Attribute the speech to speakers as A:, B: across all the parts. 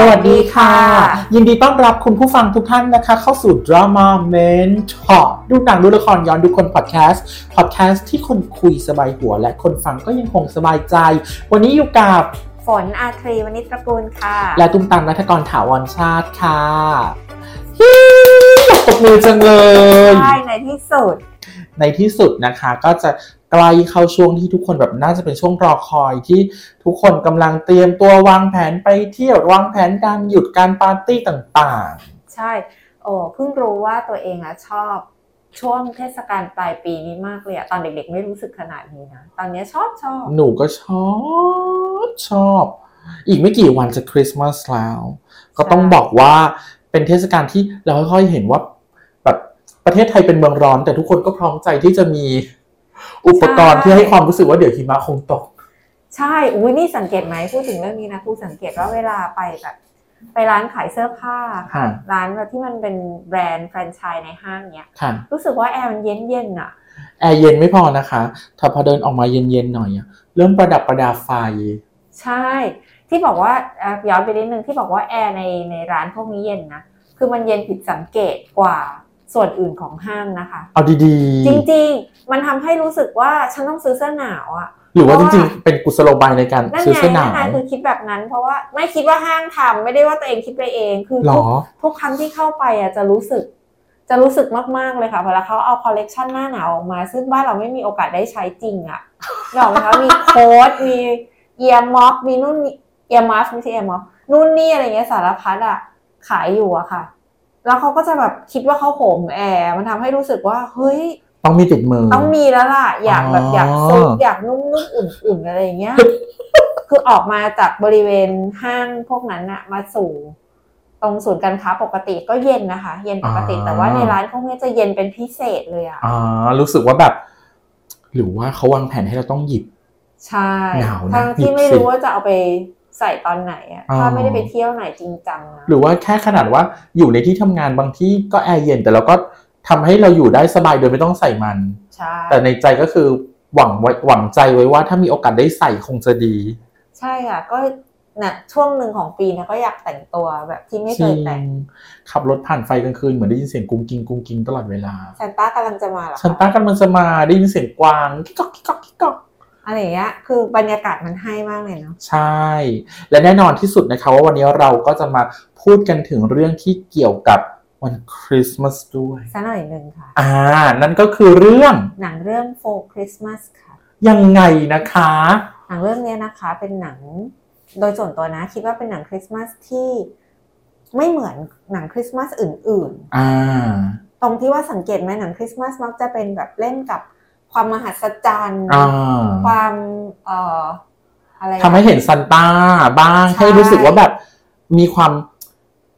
A: สวัสดีค่ะ
B: ยินดีต้อนรับคุณผู้ฟังทุกท่านนะคะ เข้าสู่ Drama Mentor ดูหนังดูละครย้อนดูคนพอดแคสต์พอดแคสต์ที่คนคุยสบายหัว และคนฟังก็ยังคงสบายใจ วันนี้อยู่กับ
A: ฝนอาทรีวณิชตระกูลค่ะ
B: และตุ้มตังนัทกรถาวรชาติค่ะฮิวตบมือจังเลย
A: ใช่ ในที่สุด
B: ในที่สุดนะคะก็จะใกล้เข้าช่วงที่ทุกคนแบบน่าจะเป็นช่วงรอคอยที่ทุกคนกำลังเตรียมตัววางแผนไปเที่ยววางแผนการหยุดการปาร์ตี้ต่างๆ
A: ใช่ โอ้เพิ่งรู้ว่าตัวเองอะชอบช่วงเทศกาลปลายปีนี้มากเลยอะตอนเด็กๆ ไม่รู้สึกขนาดนี้นะ ตอนเนี้ยชอบชอบ
B: หนูก็ชอบชอบ อีกไม่กี่วันจะคริสต์มาสแล้ว ก็ต้องบอกว่าเป็นเทศกาลที่เราค่อยๆเห็นว่าแบบประเทศไทยเป็นเมืองร้อน แต่ทุกคนก็พร้อมใจที่จะมีอุปกรณ์
A: ใช่
B: ที่ให้ความรู้สึกว่าเดี๋ยวหิมะคงตก
A: ใช่ อุ้ยนี่สังเกตไหมพูดถึงเรื่องนี้นะครูสังเกตว่าเวลาไปแบบไปร้านขายเสื้อผ้าค่ะ
B: ค่ะ
A: ร้านแบบที่มันเป็นแบรนด์แฟรนไชส์ในห้างเนี้ย
B: ค่ะ
A: รู้สึกว่าแอร์มันเย็นๆอะ
B: แอร์เย็นไม่พอนะคะ ถ้าพอเดินออกมาเย็นๆหน่อยอะเริ่มประดับประดาไฟ
A: ใช่ ที่บอกว่าเอ่อย้อนไปนิดนึงที่บอกว่าแอร์ในในร้านพวกนี้เย็นนะ คือมันเย็นผิดสังเกตกว่าส่วนอื่นของห้างนะคะ
B: เอาดี
A: จริงๆ มันทำให้รู้สึกว่าฉันต้องซื้อเสื้อหนาวอะ
B: ๆ หรือว่า
A: เพ
B: จ
A: ราะว่า
B: ริงๆ เป็นกุศโลบายในการ
A: นั่น
B: ซื้อ
A: ไง
B: เสื้อหนา
A: นั่นไง
B: ว
A: คือคิดแบบนั้น เพราะว่าไม่คิดว่าห้างทำไม่ได้ว่าตัวเองคิดไปเองคือ
B: หร
A: ทุ
B: อ
A: กทุกครั้งที่เข้าไปอะจะรู้สึก จะรู้สึกมากๆเลยค่ะเวลาเขาเอาคอลเลกชันหน้าหนาวออกมา ซึ่งบ้านเราไม่มีโอกาสได้ใช้จริงอะหรอกนะคะมีโค้ดมีเอียร์ม็อฟมีนู่นเอียร์มัฟไม่ใช่เอียร์ม็อฟนู่นนี่อะไรเงี้ยสารพัดอะขายอยู่อะค่ะ แล้วเขาก็จะแบบคิดว่าเขาโหมแอร์มันทำให้รู้สึกว่าเฮ้ย
B: ต้องมีติดมือ
A: ต้องมีแล้วล่ะ อยากแบบอ
B: อ๋อ
A: ยา
B: อ
A: กซุปอยากนุ่มนุ่มๆอุ่นๆอะไรอย่างเงี้ย คือออกมาจากบริเวณห้างพวกนั้นอะมาสู่ ตรงศูนย์การค้าปกติก็เย็นนะคะ เย็นปกติแต่ว่าในร้านพวกเนี้ยจะเย็นเป็นพิเศษเลยอะ
B: อ่ารู้สึกว่าแบบ หรือว่าเขาวางแผนให้เราต้องหยิบ
A: ใช่
B: หนาวนะ
A: ทั้งที่ไม่รู้ว่าจะเอาไปใส่ตอนไหนอะ
B: อ๋อ
A: ถ้าไม่ได้ไปเที่ยวไหนจริงจังนะ
B: หรือว่าแค่ขนาดว่าอยู่ในที่ทำงานบางที่ก็แอร์เย็น แต่เราก็ทำให้เราอยู่ได้สบายโดยไม่ต้องใส่มัน
A: ใช่
B: แต่ในใจก็คือหวังไว้หวังใจไว้ว่าถ้ามีโอกาสได้ใส่คงจะดี
A: ใช่ค่ะ ก็น่ะช่วงหนึ่งของปีนะก็อยากแต่งตัวแบบที่ไม่เคยแต่ง
B: จริงขับรถผ่านไฟกลางคืนเหมือนได้ยินเสียงกุ้งกิงกุ้งกิงตลอดเวลา
A: ซานต้ากำลังจะมาเหรอคะ
B: ฉันต้ากันมันจะมาได้ยินเสียงกวางกิ๊กก๊อกกิ๊กก๊อกกิ๊กก๊อก
A: อะไรอย่างเงี้ย คือบรรยากาศมันให้มากเลยเนาะ
B: ใช่ และแน่นอนที่สุดนะคะว่าวันนี้เราก็จะมาพูดกันถึงเรื่องที่เกี่ยวกับวันคริสต์มาสด้วย
A: ซะหน่อยหนึ่งค่ะ
B: อ่า นั่นก็คือเรื่อง
A: หนังเรื่อง For Christmas ค่ะ
B: ยังไงนะคะ
A: หนังเรื่องเนี้ยนะคะ เป็นหนัง โดยส่วนตัวนะ คิดว่าเป็นหนังคริสต์มาสที่ไม่เหมือนหนังคริสต์มาสอื่น
B: อ่า
A: ๆ ตรงที่ว่าสังเกตไหมหนังคริสต์มาสมักจะเป็นแบบเล่นกับความมหัศจรรย์
B: อ่า
A: ความเอ่ออะไรอะ
B: ทำให้เห็นซันต้าบ้าง
A: ใช่
B: ให้รู้สึกว่าแบบมีความ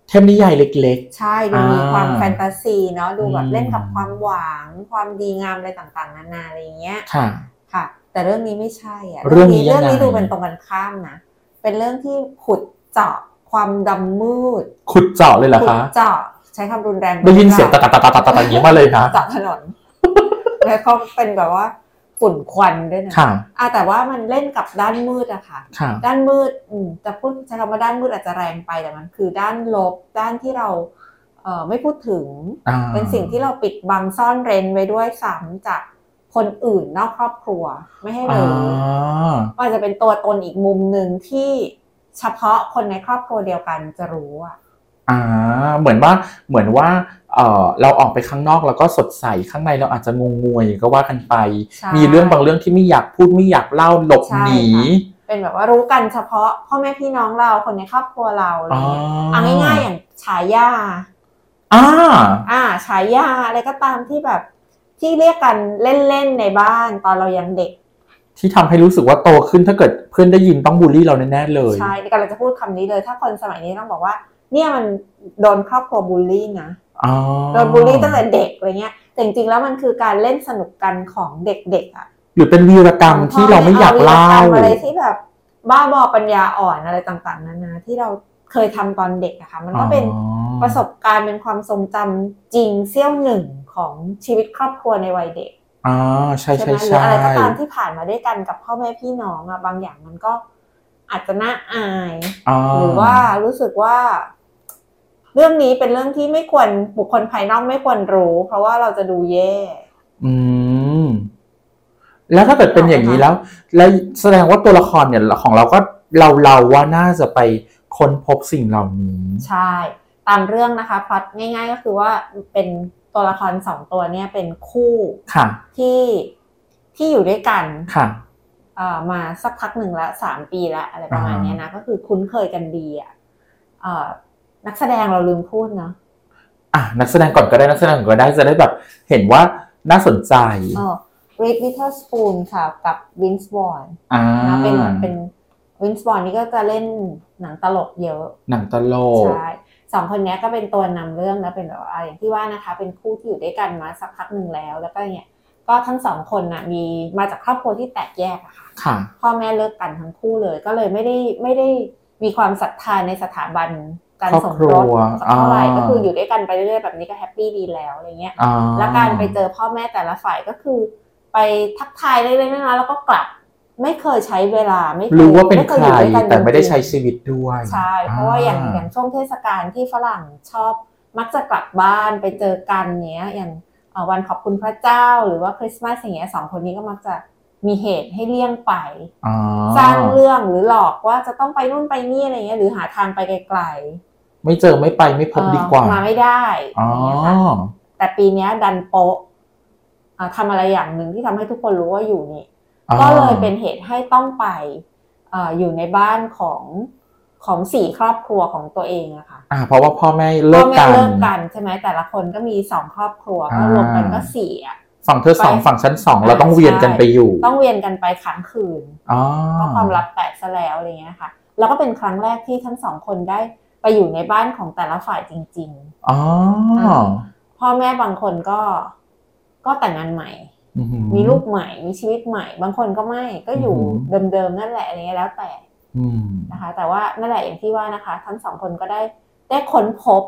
B: เทพนิยายเล็ก
A: ใช่ ดูมี
B: อ่า
A: ความแฟนตาซีเนาะ ดูแบบ
B: อืม
A: เล่นกับความหวัง ความดีงามอะไรต่างๆ นานาอะไรอย่างเงี้ย
B: ๆ ค่ะ
A: ค่ะแต่เรื่องนี้ไม่ใช่อะ
B: เรื่องนี้
A: เรื่องนี้
B: ยังไง
A: ดูเป็นตรงกันข้ามนะ เป็นเรื่องที่ขุดเจาะความดำมืด
B: ขุดเจาะเลยเหรอ
A: ขุด
B: คะ
A: เจาะใช้คำรุนแรง
B: ได้ยินเสียงตะตะตะตะตะตะอย่างนี้มาเลยค่ะ
A: เจาะถนน แล้วก็เป็นแบบว่าฝุ่นควันด้วยนะ
B: ค่ะ
A: อ่ะแต่ว่ามันเล่นกับด้านมืดอะค่ะ
B: ค่ะ
A: ด้านมืดอืมจะพูดใช้คำว่าด้านมืดอาจจะแรงไปแต่มันคือด้านลบด้านที่เราเอ่อไม่พูดถึง
B: อ่า
A: เป็นสิ่งที่เราปิดบังซ่อนเร้นไว้ด้วยซ้ำจากคนอื่นนอกครอบครัวไม่ให้
B: อ่
A: รู้
B: า
A: ก็อาจจะเป็นตัวตนอีกมุมหนึ่งที่เฉพาะคนในครอบครัวเดียวกันจะรู้อะ
B: อ่า เหมือนว่า เหมือนว่า เออเราออกไปข้างนอกแล้วก็สดใส ข้างในเราอาจจะงงงวยก็ว่ากันไป
A: ใช่
B: มีเรื่องบางเรื่องที่ไม่อยากพูดไม่อยากเล่าหลบ
A: ใช่
B: หนี
A: ค่ะ เป็นแบบว่ารู้กันเฉพาะพ่อแม่พี่น้องเราคนในครอบครัวเราอะไรเงี้ยเอาง่ายๆอย่างฉายา
B: อ่า
A: อ่าฉายาอะไรก็ตามที่แบบที่เรียกกันเล่นๆในบ้านตอนเรายังเด็ก
B: ที่ทำให้รู้สึกว่าโตขึ้นถ้าเกิดเพื่อนได้ยินต้องบูลลี่เราแน่ๆเลย
A: ใช่กำลังจะพูดคำนี้เลย ถ้าคนสมัยนี้ต้องบอกว่า เนี่ยมันโดนครอบครัวบูลลี่นะ
B: อ๋อ
A: โดนบูลลี่ตั้งแต่เด็กอะไรเงี้ยแต่จริงๆแล้วมันคือการเล่นสนุกกันของเด็กๆอะ
B: หรือเป็นวีรกรรมที่เราไม่อยากเล่า
A: อวีรกรรมอะไรที่แบบบ้าบอปัญญาอ่อนอะไรต่างๆนานาที่เราเคยทำตอนเด็กอะค่ะมันก็เป็น
B: อ๋อ
A: ประสบการณ์เป็นความทรงจำจริงเสี้ยวหนึ่งของชีวิตครอบครัวในวัยเด็ก
B: อ่าใช่
A: ไหม
B: ใช่
A: หรื
B: ใช่
A: อะไรก็ตามที่ผ่านมาด้วยกันกับพ่อแม่พี่น้องอะบางอย่างมันก็ อาจจะน่าอาย
B: อ่
A: หรือว่ารู้สึกว่า เรื่องนี้เป็นเรื่องที่ไม่ควรบุคคลภายนอกไม่ควรรู้ เพราะว่าเราจะดูแย่
B: อืม แล้วถ้าเกิดเป็นอย่างนี้แล้ว แล้วแสดงว่าตัวละครเนี่ยของเราก็เราเราว่าน่าจะไปค้นพบสิ่งเหล่านี้
A: ใช่ ตามเรื่องนะคะพล็อตง่าย ๆ ก็คือว่าเป็นตัวละครสองตัวเนี่ยเป็นคู่
B: ค่ะ
A: ที่ที่อยู่ด้วยกัน
B: ค่ะ
A: เอ่อมาสักพักหนึ่งละสามปีละอะไรประมาณเนี้ยนะ ก็คือคุ้นเคยกันดีอ่ะเอ่อนักแสดงเราลืมพูดเนาะ
B: อ่ะนักแสดงก่อนก็ได้นักแสดงก่อนก็ได้จะได้แบบเห็นว่าน่าสนใจ
A: เออริกวิทเทอร์สปูนค่ะ กับวินส์วอน
B: อ่า
A: นะเป็นเป็นวินส์วอนนี่ก็จะเล่นหนังตลกเยอะ
B: หนังตลก
A: ใช่สองคนเนี้ยก็เป็นตัวนำเรื่องนะเป็นแบบว่าอะไรอย่างที่ว่านะคะ เป็นคู่ที่อยู่ด้วยกันมาสักพักหนึ่งแล้ว แล้วก็เนี่ยก็ทั้งสองคนน่ะมีมาจากครอบครัวที่แตกแยกอะค่ะ
B: ค่ะ
A: พ่อแม่เลิกกันทั้งคู่เลย ก็เลยไม่ได้ไม่ได้มีความศรัทธาในสถาบันการสมรสสักเท่าไหร่
B: ครอบครัวอ่า
A: ก็คืออยู่ด้วยกันไปเรื่อยๆแบบนี้ก็แฮปปี้ดีแล้วอะไรเงี้ย
B: อ่า
A: และการไปเจอพ่อแม่แต่ละฝ่ายก็คือ ไปทักทายเล็กๆน้อยๆแล้วก็กลับ ไม่เคยใช้เวลาไม่คย
B: รู้ว่าเป็น
A: ไม่คย
B: ใคร
A: อยู่ด้วยกัน
B: แต่ไม่ได้
A: จริงๆ
B: ใช้ชีวิตด้วย
A: ใช่เพราะว่าอย่างอย่างช่วงเทศกาลที่ฝรั่งชอบ มักจะกลับบ้านไปเจอกันเนี้ย อย่างเอ่อวันขอบคุณพระเจ้าหรือว่าคริสต์มาสอย่างเงี้ยสองคนนี้ก็มักจะมีเหตุให้เลี่ยงไป
B: อ่
A: สร้างเรื่องหรือหลอกว่าจะต้องไปนู่นไปนี่อะไรเงี้ยหรือหาทางไปไกล
B: ไม่เจอไม่ไปไม่
A: ๆ
B: พบดีกว่า
A: เอ่อมาไม่ได้
B: อ๋อ
A: ย่างเงี้ยค่ะแต่ปีเนี้ยดันโปะเอ่อทำอะไรอย่างหนึ่งที่ทำให้ทุกคนรู้ว่าอยู่นี่ ก็เลยเป็นเหตุให้ต้องไปเอ่ออยู่ในบ้านของของสี่ครอบครัวของตัวเองอะค่ะ
B: อ่าเพราะว่าพ่อแม่เลิ
A: พ่อก แม่
B: กัน
A: เลิกกันใช่ไหมแต่ละคนก็มีสองครอบครัวก็
B: อ่าร ร
A: วมกันก็สี่อะ
B: ฝั่งเธอสอง
A: ไป
B: ฝั่งชั้นสองเรา
A: อ่า
B: ต้องเวียนกัน
A: ใช่
B: ไปอยู่
A: ต้องเวียนกันไปขังคืน
B: อ๋อ
A: เพราะความลับแตกซะแล้วอะไรเงี้ยค่ะแล้วก็เป็นครั้งแรกที่ทั้งสองคนได้ไปอยู่ในบ้านของแต่ละฝ่ายจริง
B: อ๋อ
A: ๆ พ่อแม่บางคนก็ก็แต่งงานใหม่
B: อื้อหือ
A: มีลูกใหม่มีชีวิตใหม่ บางคนก็ไม่ก็อยู่
B: อืม
A: เดิมๆนั่นแหละอะไรเงี้ยแล้วแต่
B: อืม
A: นะคะ แต่ว่านั่นแหละอย่างที่ว่านะคะ ทั้งสองคนก็ได้ได้ค้นพบ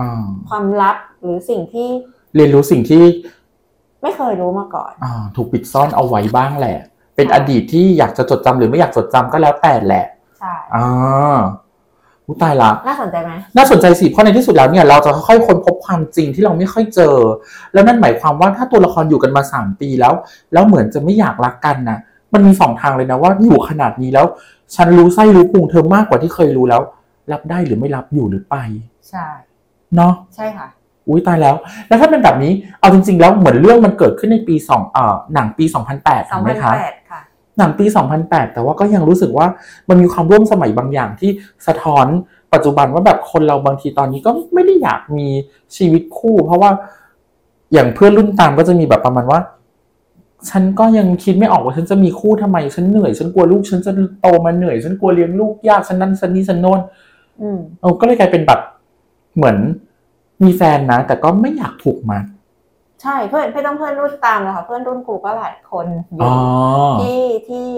B: อ่า
A: ความลับหรือสิ่งที่
B: เรียนรู้สิ่งที่
A: ไม่เคยรู้มาก่อน
B: อ่าถูกปิดซ่อนเอาไว้บ้างแหละ เป็น
A: ใช่
B: อดีตที่อยากจะจดจำหรือไม่อยากจดจำก็แล้วแต่แหละ
A: ใช่
B: อ่าอุ๊ยตายละ
A: น่าสนใจไหม
B: น่าสนใจสิเพราะในที่สุดแล้วเนี่ยเราจะค่อยๆค้นพบความจริงที่เราไม่ค่อยเจอ แล้วนั่นหมายความว่าถ้าตัวละครอยู่กันมาสามปีแล้ว แล้วเหมือนจะไม่อยากรักกันนะมันมีสองทางเลยนะว่าอยู่ขนาดนี้แล้ว ฉันรู้ไส้รู้พุงเธอมากกว่าที่เคยรู้แล้ว รับได้หรือไม่รับอยู่หรือไป
A: ใช่
B: เนาะ
A: ใช่ค่ะ
B: อุ้ยตายแล้ว แล้วถ้าเป็นแบบนี้ เอาจริงๆ แล้วเหมือนเรื่องมันเกิดขึ้นในปีสองเอ่อหนังปี 2008ถูกไหมคะ
A: 2008 ค่ะ
B: หนังปี 2008 แต่ว่าก็ยังรู้สึกว่ามันมีความร่วมสมัยบางอย่างที่สะท้อนปัจจุบันว่าแบบคนเราบางทีตอนนี้ก็ไม่ได้อยากมีชีวิตคู่ เพราะว่าอย่างเพื่อนรุ่นตามก็จะมีแบบประมาณว่า ฉันก็ยังคิดไม่ออกว่าฉันจะมีคู่ทำไม ฉันเหนื่อย ฉันกลัวลูก ฉันจะโตมาเหนื่อย ฉันกลัวเลี้ยงลูกยาก ฉันนั่นฉันนี่ฉันโน่น
A: อืม
B: เออก็เลยกลายเป็นแบบเหมือนมีแฟนนะ แต่ก็ไม่อยากผูกมัด
A: ใช่เพื่อนเพื่อนต้องเพื่อนรุ่นตามเลยค่ะ เพื่อนรุ่นกูก็หลายคนอยู่
B: อ๋อ
A: ที่ที่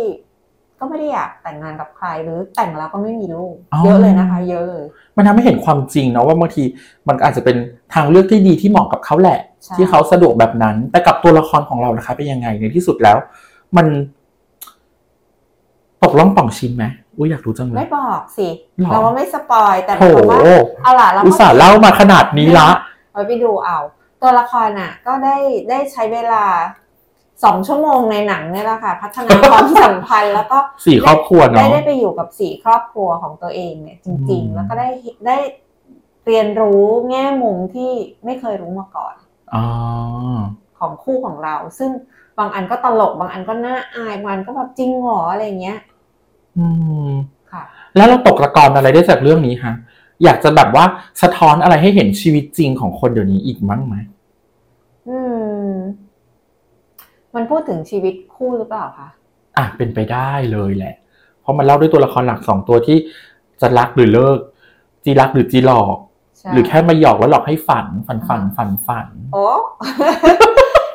A: ก็ไม่ได้อยากแต่งงานกับใครหรือแต่งแล้วก็ไม่มีลูก
B: อ๋อ
A: เยอะเลยนะคะ เยอะเลย
B: มันทำให้เห็นความจริงเนาะว่าบางทีมันอาจจะเป็นทางเลือกที่ดีที่เหมาะกับเขาแหละ
A: ใช่
B: ที่เขาสะดวกแบบนั้น แต่กับตัวละครของเรานะคะเป็นยังไงในที่สุดแล้ว มันตกล่องป่องชิ้นไหมอุ้ยอยากรู้จังเล
A: ไม่
B: ย
A: บอกสิ
B: หรอ
A: เราว่าไม่สปอยแต่
B: โถ
A: เราว่าเอาล่ะเราก็
B: อุตส่าห์เล่ามาขนาดนี้ละ
A: เอาไปดูเอา ตัวละครน่ะ ก็ได้ได้ใช้เวลาสองชั่วโมงในหนังเนี่ยแหละค่ะ พัฒนาความสัม พันธ์แล้วก็
B: สี่ครอบครัว
A: ได้
B: เนาะ
A: ได้ไปอยู่กับสี่ครอบครัวของตัวเองเนี่ยจริง
B: อืม
A: ๆ แล้วก็ได้ได้เรียนรู้แง่มุมที่ไม่เคยรู้มาก่อน
B: อ๋อ
A: ของคู่ของเรา ซึ่งบางอันก็ตลกบางอันก็น่าอายบางอันก็แบบจริงหรออะไรเงี้ย
B: อืม
A: ค่ะ
B: แล้วเราตกตะกอนอะไรได้จากเรื่องนี้ฮะ อยากจะแบบว่าสะท้อนอะไรให้เห็นชีวิตจริงของคนเดี๋ยวนี้อีกมั้งไหม
A: อืม มันพูดถึงชีวิตคู่หรือเปล่าคะ
B: อ่ะเป็นไปได้เลยแหละ เพราะมันเล่าด้วยตัวละครหลักสองตัวที่จะรักหรือเลิก จีรักหรือจีหลอก
A: ใช่
B: หรือแค่มาหยอกแล้วหลอกให้ฝัน ฝันฝันฝันฝัน
A: โอ้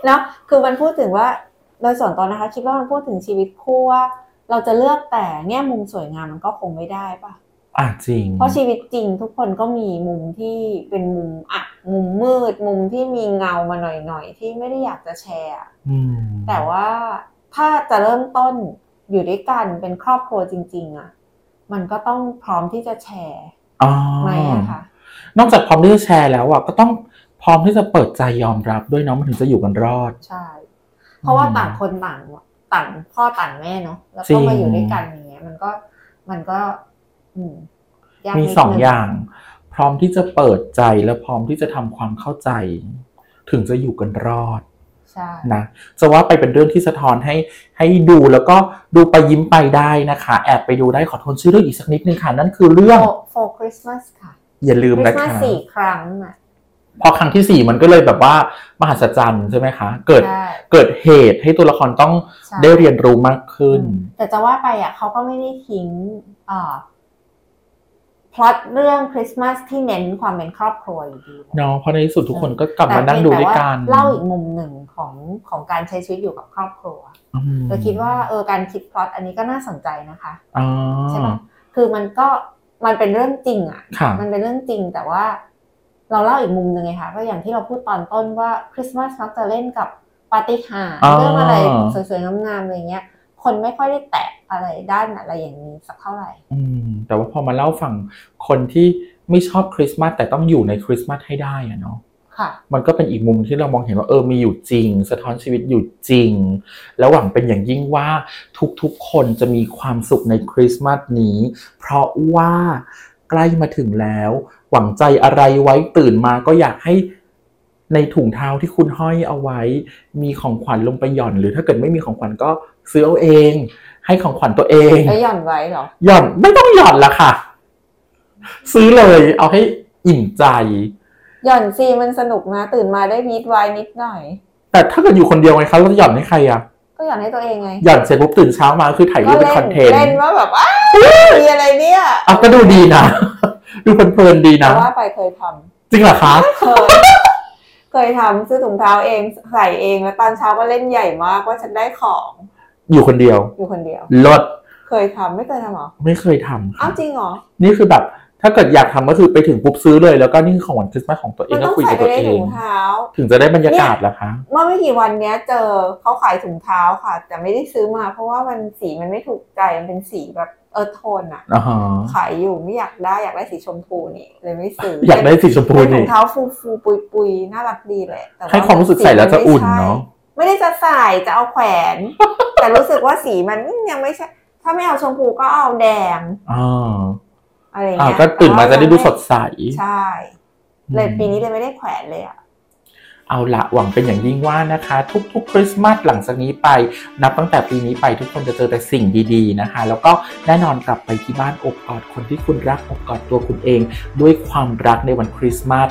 A: เนอะคือมันพูดถึงว่า โดยส่วนตัวนะคะ คิดว่ามันพูดถึงชีวิตคู่ว่าเราจะเลือกแต่แง่มุมสวยงามมันก็คงไม่ได้ป่ะ
B: อ่ะจริง
A: เพราะชีวิตจริงทุกคนก็มีมุมที่เป็นมุมอับมุมมืด มุมที่มีเงามาหน่อยๆ ที่ไม่ได้อยากจะแชร์อะ
B: อืม
A: แต่ว่าถ้าจะเริ่มต้นอยู่ด้วยกันเป็นครอบครัวจริง ๆอะ มันก็ต้องพร้อมที่จะแชร์
B: อ๋อ
A: ไหมอะค่ะ
B: นอกจากพร้อมที่จะแชร์แล้วอ่ะก็ต้องพร้อมที่จะเปิดใจยอมรับด้วยเนาะมันถึงจะอยู่กันรอด
A: ใช่ เพราะว่า
B: อืม
A: ต่างคนต่างต่างพ่อต่างแม่เนาะแล้ว
B: จริ
A: ก็
B: ง
A: มาอยู่ด้วยกันอย่างเงี้ยมันก็มันก็ อืมยาก
B: มี
A: นิด
B: สอง
A: นึ
B: อย่าง พร้อมที่จะเปิดใจและพร้อมที่จะทำความเข้าใจ ถึงจะอยู่กันรอด
A: ใช่
B: นะจะว่าไปเป็นเรื่องที่สะท้อนให้ให้ดูแล้วก็ดูไปยิ้มไปได้นะคะ แอบไปดูได้ขอโทนชื่อเรื่องอีกสักนิดนึงค่ะ นั่นคือเรื่อง
A: โฟร์คริสต์มาสค่ะ
B: อย่าลื
A: ค
B: ม
A: ริ
B: นะ
A: สต์มาส
B: คะ
A: สี่ครั้งอ่ะ
B: พอครั้งที่สี่มันก็เลยแบบว่ามหัศจรรย์ใช่ไหมคะ เกิด
A: ใช่
B: เกิดเหตุให้ตัวละครต้อง
A: ใช่
B: ได้เรียนรู้มากขึ้น
A: แต่จะว่าไปอ่ะเขาก็ไม่ได้ทิ้งอ่าพล็อตเรื่องคริสต์มาสที่เน้นความเป็นครอบครัวอยู่ดีนะ
B: เนาะเพราะในที่สุดทุกคนก็กลับมานั่ง
A: แต่
B: ดู
A: เพีย
B: ด้วย
A: แต่
B: กัน
A: เล่าอีกมุมหนึ่งของของการใช้ชีวิตอยู่กับครอบครัว
B: อืม
A: เราคิดว่าเออการคิดพล็อตอันนี้ก็น่าสนใจนะคะ
B: อ่า
A: ใช่ไหมคือมันก็มันเป็นเรื่องจริงอ่ะ
B: ค่ะ
A: มันเป็นเรื่องจริงแต่ว่า เราเล่าอีกมุมหนึ่งไงคะก็อย่างที่เราพูดตอนต้นว่าคริสต์มาสมักจะเล่นกับปาฏิหาริย์
B: อ่า
A: เรื่องอะไรสวยๆงามๆอะไรเงี้ย คนไม่ค่อยได้แตะอะไรด้านอะไรอย่างนี้สักเท่าไหร่
B: อืมแต่ว่าพอมาเล่าฝั่งคนที่ไม่ชอบคริสต์มาสแต่ต้องอยู่ในคริสต์มาสให้ได้อะเนาะ
A: ค่ะ
B: มันก็เป็นอีกมุมที่เรามองเห็นว่าเออมีอยู่จริง สะท้อนชีวิตอยู่จริง แล้วหวังเป็นอย่างยิ่งว่าทุกๆคนจะมีความสุขในคริสต์มาสนี้ เพราะว่าใกล้มาถึงแล้ว หวังใจอะไรไว้ตื่นมาก็อยากให้ในถุงเท้าที่คุณห้อยเอาไว้ มีของขวัญลงไปหย่อน หรือถ้าเกิดไม่มีของขวัญก็ซื้อเอาเอง ให้ของขวัญตัวเอง
A: แล้วหย่อนไว้เหรอ
B: หย่อนไม่ต้องหย่อนละค่ะ ซื้อเลยเอาให้อิ่มใจ
A: หย่อนซีมันสนุกนะ ตื่นมาได้มีดไว้นิดหน่อย
B: แต่ถ้าเกิดอยู่คนเดียวไงคะเราจะหย่อนให้ใครอะ
A: ก็หย่อนให้ตัวเองไง
B: หย่อนเสร็จปุ๊บตื่นเช้ามาก็คือถ่ายรู
A: ก็
B: ปเป็
A: เล่น
B: นคอนเทนต์
A: เล่นว่าแบบอ้าวมีอะไรเนี่ย
B: อ่ะก็ดูดีนะ ดูเพลินๆดี
A: แต่
B: นะ
A: ว่าไปเคยทำ
B: จริงเหรอคะ
A: เคย เคยทำซื้อถุงเท้าเองใส่เองแล้วตอนเช้าก็เล่นใหญ่มากว่าฉันได้ของ
B: อยู่คนเดียว
A: อยู่คนเดียว
B: ลด
A: เคยทำไม่เคยทำเหรอ
B: ไม่เคยทำ
A: อ้า
B: ค่ะ
A: วจริงเหรอ
B: นี่คือแบบ ถ้าเกิดอยากทำก็คือไปถึงปุ๊บซื้อเลย แล้วก็นี่คือของวันคริสต์มาสของตัวเอ
A: มั
B: ง
A: น
B: ก็
A: ต้อง
B: คุย
A: ใส่
B: กับ
A: ไป
B: ตัว
A: ใน
B: เอ
A: ถุ
B: ง
A: งเท้า
B: ถึงจะได้บรรยากาศเหรอคะ
A: เมื่อไม่กี่วันเนี้ย เจอเขาขายถุงเท้าค่ะ แต่ไม่ได้ซื้อมา เพราะว่ามันสีมันไม่ถูกใจมันเป็นสีแบบเออโทนอะ
B: อ๋อฮะ
A: ขายอยู่ไม่อยากได้อยากได้สีชมพูนี่เลยไม่ซื้ออย
B: อากได้สีชมพู
A: เป็นถุ
B: นี่
A: งเท้าฟูฟูปุยปุยๆน่ารักดีแหละแต่
B: ให้ความรู้สึกใส่แล้วจะอุ่นเนาะ
A: ไม่ได้จะใส่จะเอาแขวน แต่รู้สึกว่าสีมันยังไม่ใช่ถ้าไม่เอาชมพูก็เอาแดง
B: อ่า
A: อะไร
B: อ่า
A: เงี้ย
B: ก็ตื่นมาจะได้ดูสดใส
A: ใช่ เลยปีนี้เลยไม่ได้แขวนเลยอ่ะ
B: เอาละหวังเป็นอย่างยิ่งว่านะคะ ทุกๆ คริสต์มาสหลังจากนี้ไป นับตั้งแต่ปีนี้ไปทุกคนจะเจอแต่สิ่งดีๆนะคะ แล้วก็แน่นอนกลับไปที่บ้านอบกอดคนที่คุณรักอบกอดตัวคุณเอง ด้วยความรักในวันคริสต์มาส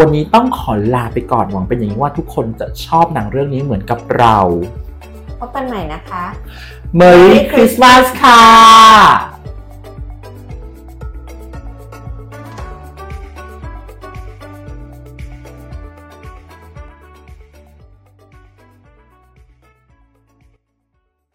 B: วันนี้ต้องขอลาไปก่อนหวังเป็นอย่างยิ่งว่าทุกคนจะชอบหนังเรื่องนี้เหมือนกับเรา
A: พบกันใหม่นะคะ
B: Merry Christmas ค่ะ